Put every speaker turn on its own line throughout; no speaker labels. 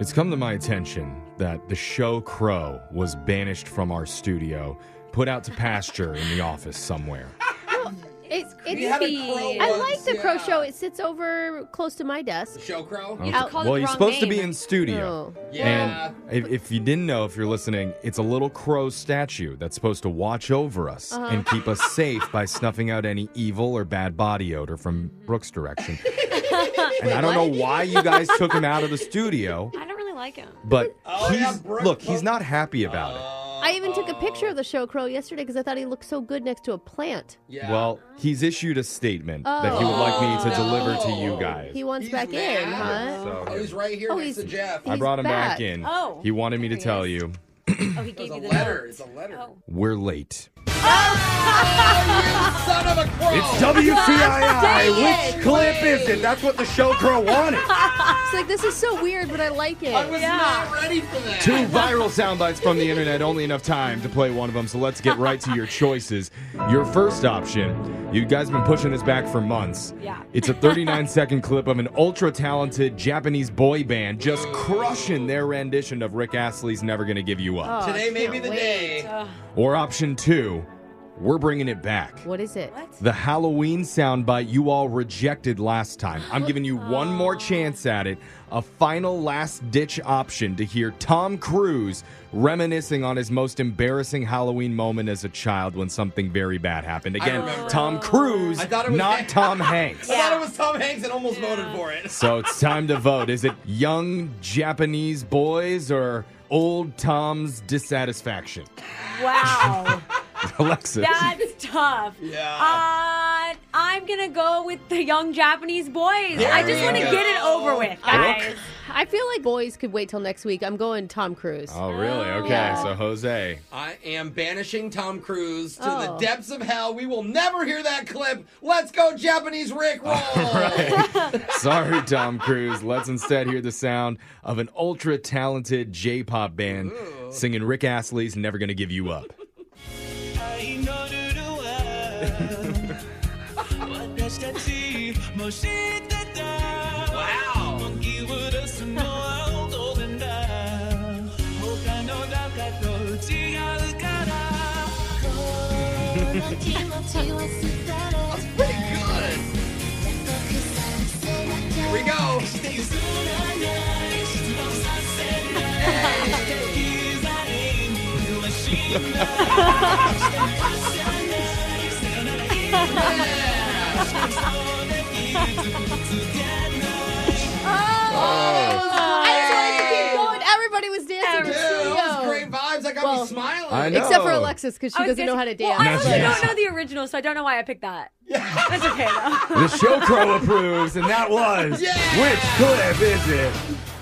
It's come to my attention that the show Crow was banished from our studio, put out to pasture in the office somewhere.
It, it's
We had a
the-
crow
I
once,
like the
yeah.
crow show. It sits over close to my desk.
Show Crow?
You have to call it
well,
the
you're
wrong
supposed to
name.
be in studio.
Oh.
Yeah.
And if, if you didn't know, if you're listening, it's a little crow statue that's supposed to watch over us
Uh-huh.
and keep us safe by snuffing out any evil or bad body odor from Brooke's direction. and I don't know why you guys took him out of the studio,
I don't really like him.
but
Oh,
he's
yeah, Brooke
look,
put-
he's not happy about it.
I even took a picture of the show crow yesterday because I thought he looked so good next to a plant.
Yeah.
Well, he's issued a statement that he would like me to deliver to you guys.
He wants
He's
back in,
mad.
huh?
So-
Oh, he's right here
Oh,
next to
he's-
Jeff.
I
he's
brought him back,
back.
in.
Oh,
he wanted me to
there he
tell
is.
you
Oh, he gave
It's a
you the
letter.
note.
It's a letter.
Oh.
we're late.
Son of a crow!
It's WCII.
Dang
Which clip is it? That's what the show crow wanted.
It's like this is so weird, but I like it.
I was
Yeah.
not ready for that.
Two viral sound bites from the internet, only enough time to play one of them, so let's get right to your choices. Your first option, you guys been pushing this back for months.
Yeah.
It's a 39 second clip of an ultra talented Japanese boy band just crushing their rendition of Rick Astley's Never Gonna Give You Up.
Oh,
Today
I
may be
can't
the
wait.
day.
Or option two, we're bringing it back.
What is it?
What?
The Halloween soundbite you all rejected last time. I'm giving you one more chance at it. A final last ditch option to hear Tom Cruise reminiscing on his most embarrassing Halloween moment as a child when something very bad happened. Again,
remember.
Tom Cruise,
I thought it was
not Tom Hanks.
I thought it was Tom Hanks and almost voted for it.
So it's time to vote. Is it young Japanese boys or old Tom's dissatisfaction?
Wow.
Alexis.
That's tough.
Yeah.
Uh, I'm gonna go with the young Japanese boys.
There
I just
you
want to
go.
get it over with, guys.
I feel like boys could wait till next week. I'm going Tom Cruise.
Oh, really? Okay,
Yeah.
so Jose.
I am banishing Tom Cruise to the
Oh.
depths of hell. We will never hear that clip. Let's go, Japanese Rick Roll.
Sorry, Tom Cruise. Let's instead hear the sound of an ultra talented J pop band singing Rick Astley's Never Gonna Give You Up.
Wow. That's pretty good. Here we go.
I told you to keep going. Everybody was dancing.
Dude,
to
that was
studio.
great vibes. That got me
Well,
smiling.
I know.
Except for
No.
Alexis, because she
I was
doesn't
gonna
know how to
say- Well,
dance.
I also
Not yet.
don't know the original, so I don't know why I picked that. That's okay though.
The show crow approves, and that was
Yeah!
Which Clip Is It?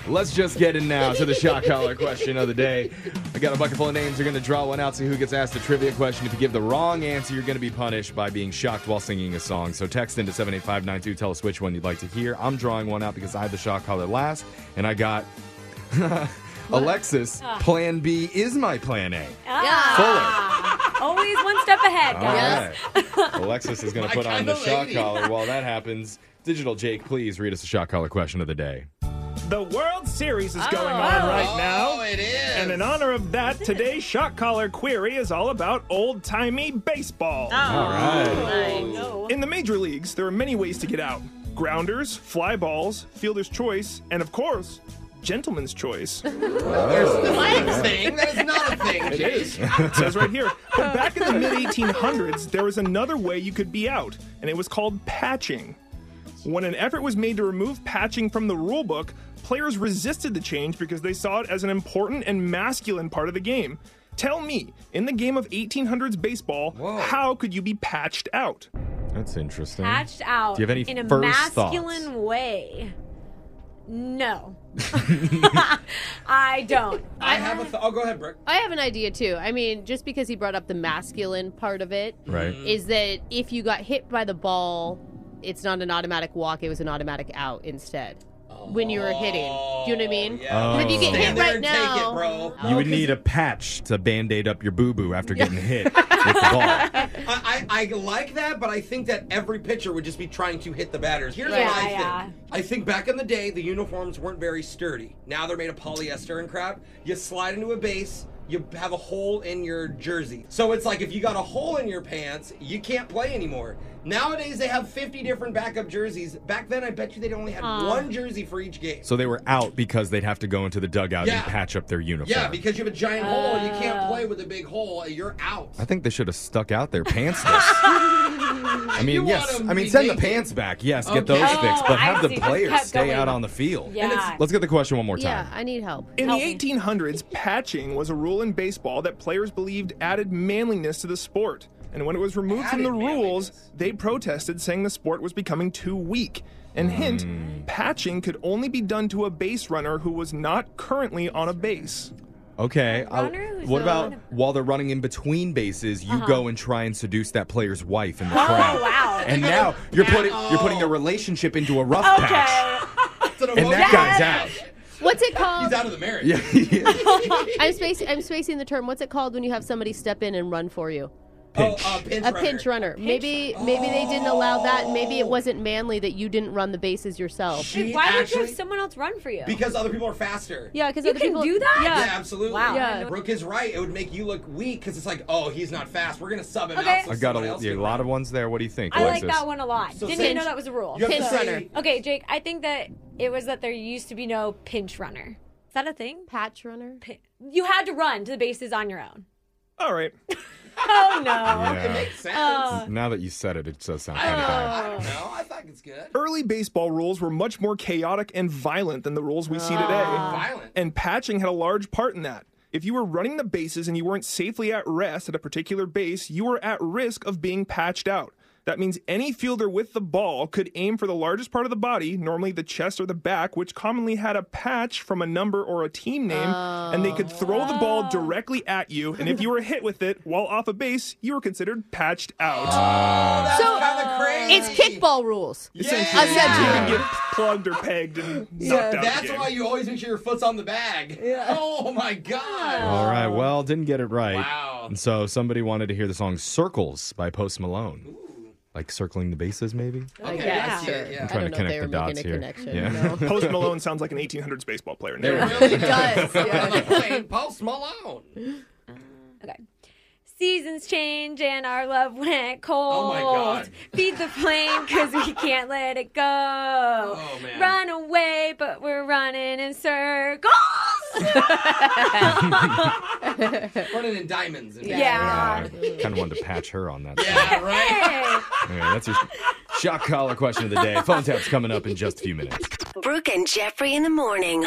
Let's just get in now to the shock collar question of the day. I got a bucket full of names. You're going to draw one out, see who gets asked a trivia question. If you give the wrong answer, you're going to be punished by being shocked while singing a song. So text into 78592. Tell us which one you'd like to hear. I'm drawing one out because I had the shock collar last, and I got Alexis. Plan B is my plan A.
Ah, always one step ahead,
All
guys.
Yes.
right. Alexis is going
My
to put on
kinda
the shock
lady.
collar. While that happens, Digital Jake, please read us the shock collar question of the day.
The World Series is going
wow.
on right
Oh,
now.
it is.
And in honor of that, today's shot collar query is all about old timey baseball.
All right.
No.
In the major leagues, there are many ways to get out grounders, fly balls, fielder's choice, and of course, gentleman's choice.
thing. That is not a thing.
It is. It says right here. But back in the mid 1800s, there was another way you could be out, and it was called patching. When an effort was made to remove patching from the rulebook, players resisted the change because they saw it as an important and masculine part of the game. Tell me, in the game of 1800s baseball, how could you be patched out?
That's interesting.
Hatched out
Do you have any
in a
first
masculine
thoughts?
way. No. I don't.
I have a. Th- oh, go ahead, Brooke.
I have an idea too. I mean, just because he brought up the masculine part of it, is
Right.
that if you got hit by the ball, it's not an automatic walk, it was an automatic out instead. When you were hitting. Do you know what I mean?
Mm.
yeah.
'Cause if you
Oh.
get
Stand
hit
there
right
and
now,
take it, bro.
You would need a patch to band aid up your boo boo after getting hit. with the ball.
I, I, I like that, but I think that every pitcher would just be trying to hit the batters. Here's
Yeah,
what I
yeah.
think. I think back in the day, the uniforms weren't very sturdy. Now they're made of polyester and crap. You slide into a base, you have a hole in your jersey. So it's like if you got a hole in your pants, you can't play anymore. Nowadays, they have 50 different backup jerseys. Back then, I bet you they only had one jersey for each game.
So they were out because they'd have to go into the dugout
Yeah.
and patch up their uniform.
yeah, because you have a giant hole, you
Oh.
can't play with a big hole, you're out.
I think they should have stuck out their pantsless. I mean,
You want
yes.
'em
I mean,
be
send the
naked.
pants back. Yes, get
Okay.
those
Oh,
fixed, but
I
have
see.
the
Just
players
kept
stay
going.
out on the field.
Yeah.
Let's get the question one more time.
Yeah, I need help.
In
Help
the
me.
1800s, patching was a rule in baseball that players believed added manliness to the sport. And when it was removed from
Added
the rules,
manliness.
they protested, saying the sport was becoming too weak. And hint, patching could only be done to a base runner who was not currently on a base.
Okay. I-
runner who's
what
not-
about while they're running in between bases, you go and try and seduce that player's wife in the crowd.
Oh, wow.
And now you're putting you're putting the
Oh.
relationship into a rough patch,
Okay.
It's an
and that
emotion.
guy's out.
What's it called?
He's out of the marriage.
Yeah, yeah.
I'm spacing. I'm spacing the term. What's it called when you have somebody step in and run for you?
Pinch.
Oh, uh, pinch
A
runner.
pinch runner. Maybe maybe they didn't allow that. and Maybe it wasn't manly that you didn't run the bases yourself.
She
Why would you
actually-
have someone else run for you?
Because other people are faster.
Yeah, because
You
other
can
people
do that?
Yeah,
Yeah.
absolutely.
Wow.
Yeah.
Brooke is right. It would make you look weak because it's like, oh, he's not fast. We're gonna sub him
Okay.
out. So
I got
someone
a,
else
yeah, a
can
lot
run.
of ones there. What do you think?
I like
Alexis?
that one a lot.
So
Didn't
say-
even know that was a rule.
You have
Pinch
to say,
runner.
Okay, Jake, I think that it was that there used to be no pinch runner. Is that a thing?
patch runner.
Pi- You had to run to the bases on your own.
All right.
Oh no.
It
Yeah.
makes sense.
Oh.
Now that you said it, it does sound
I,
kind of bad.
I don't know. I think it's good.
Early baseball rules were much more chaotic and violent than the rules we see today.
Ah. Violent.
and patching had a large part in that. If you were running the bases and you weren't safely at rest at a particular base, you were at risk of being patched out. That means any fielder with the ball could aim for the largest part of the body, normally the chest or the back, which commonly had a patch from a number or a team name, and they could throw the
Oh.
ball directly at you. And if you were hit with it while off a base, you were considered patched out.
That's
So,
kind of crazy.
uh, It's kickball rules.
Yeah.
You
Essentially.
can get plugged or pegged and knocked out. of the
That's
game.
why you always make sure your foot's on the bag. Oh my god.
All
Oh.
right. Well, didn't get it right.
Wow.
And so somebody wanted to hear the song "Circles" by Post Malone. Like circling the bases, maybe.
Okay,
Yeah,
I see
sure.
it. Yeah.
Trying
I
to
don't know if they were
connect the
making
dots
a
here.
connection.
Yeah.
no.
Post Malone sounds like an 1800s baseball player.
It
Never mind.
really
does. Yeah.
Playing Post Malone.
Okay. Seasons change and our love went cold.
Oh, my God.
Feed the flame because we can't let it go. Oh,
man.
Run away, but we're running in circles.
Running in diamonds. And
yeah.
kind of wanted to patch her on that.
Yeah, right?
Hey.
Anyway, that's your shock collar question of the day. Phone tap's coming up in just a few minutes.
Brooke and Jeffrey in the morning.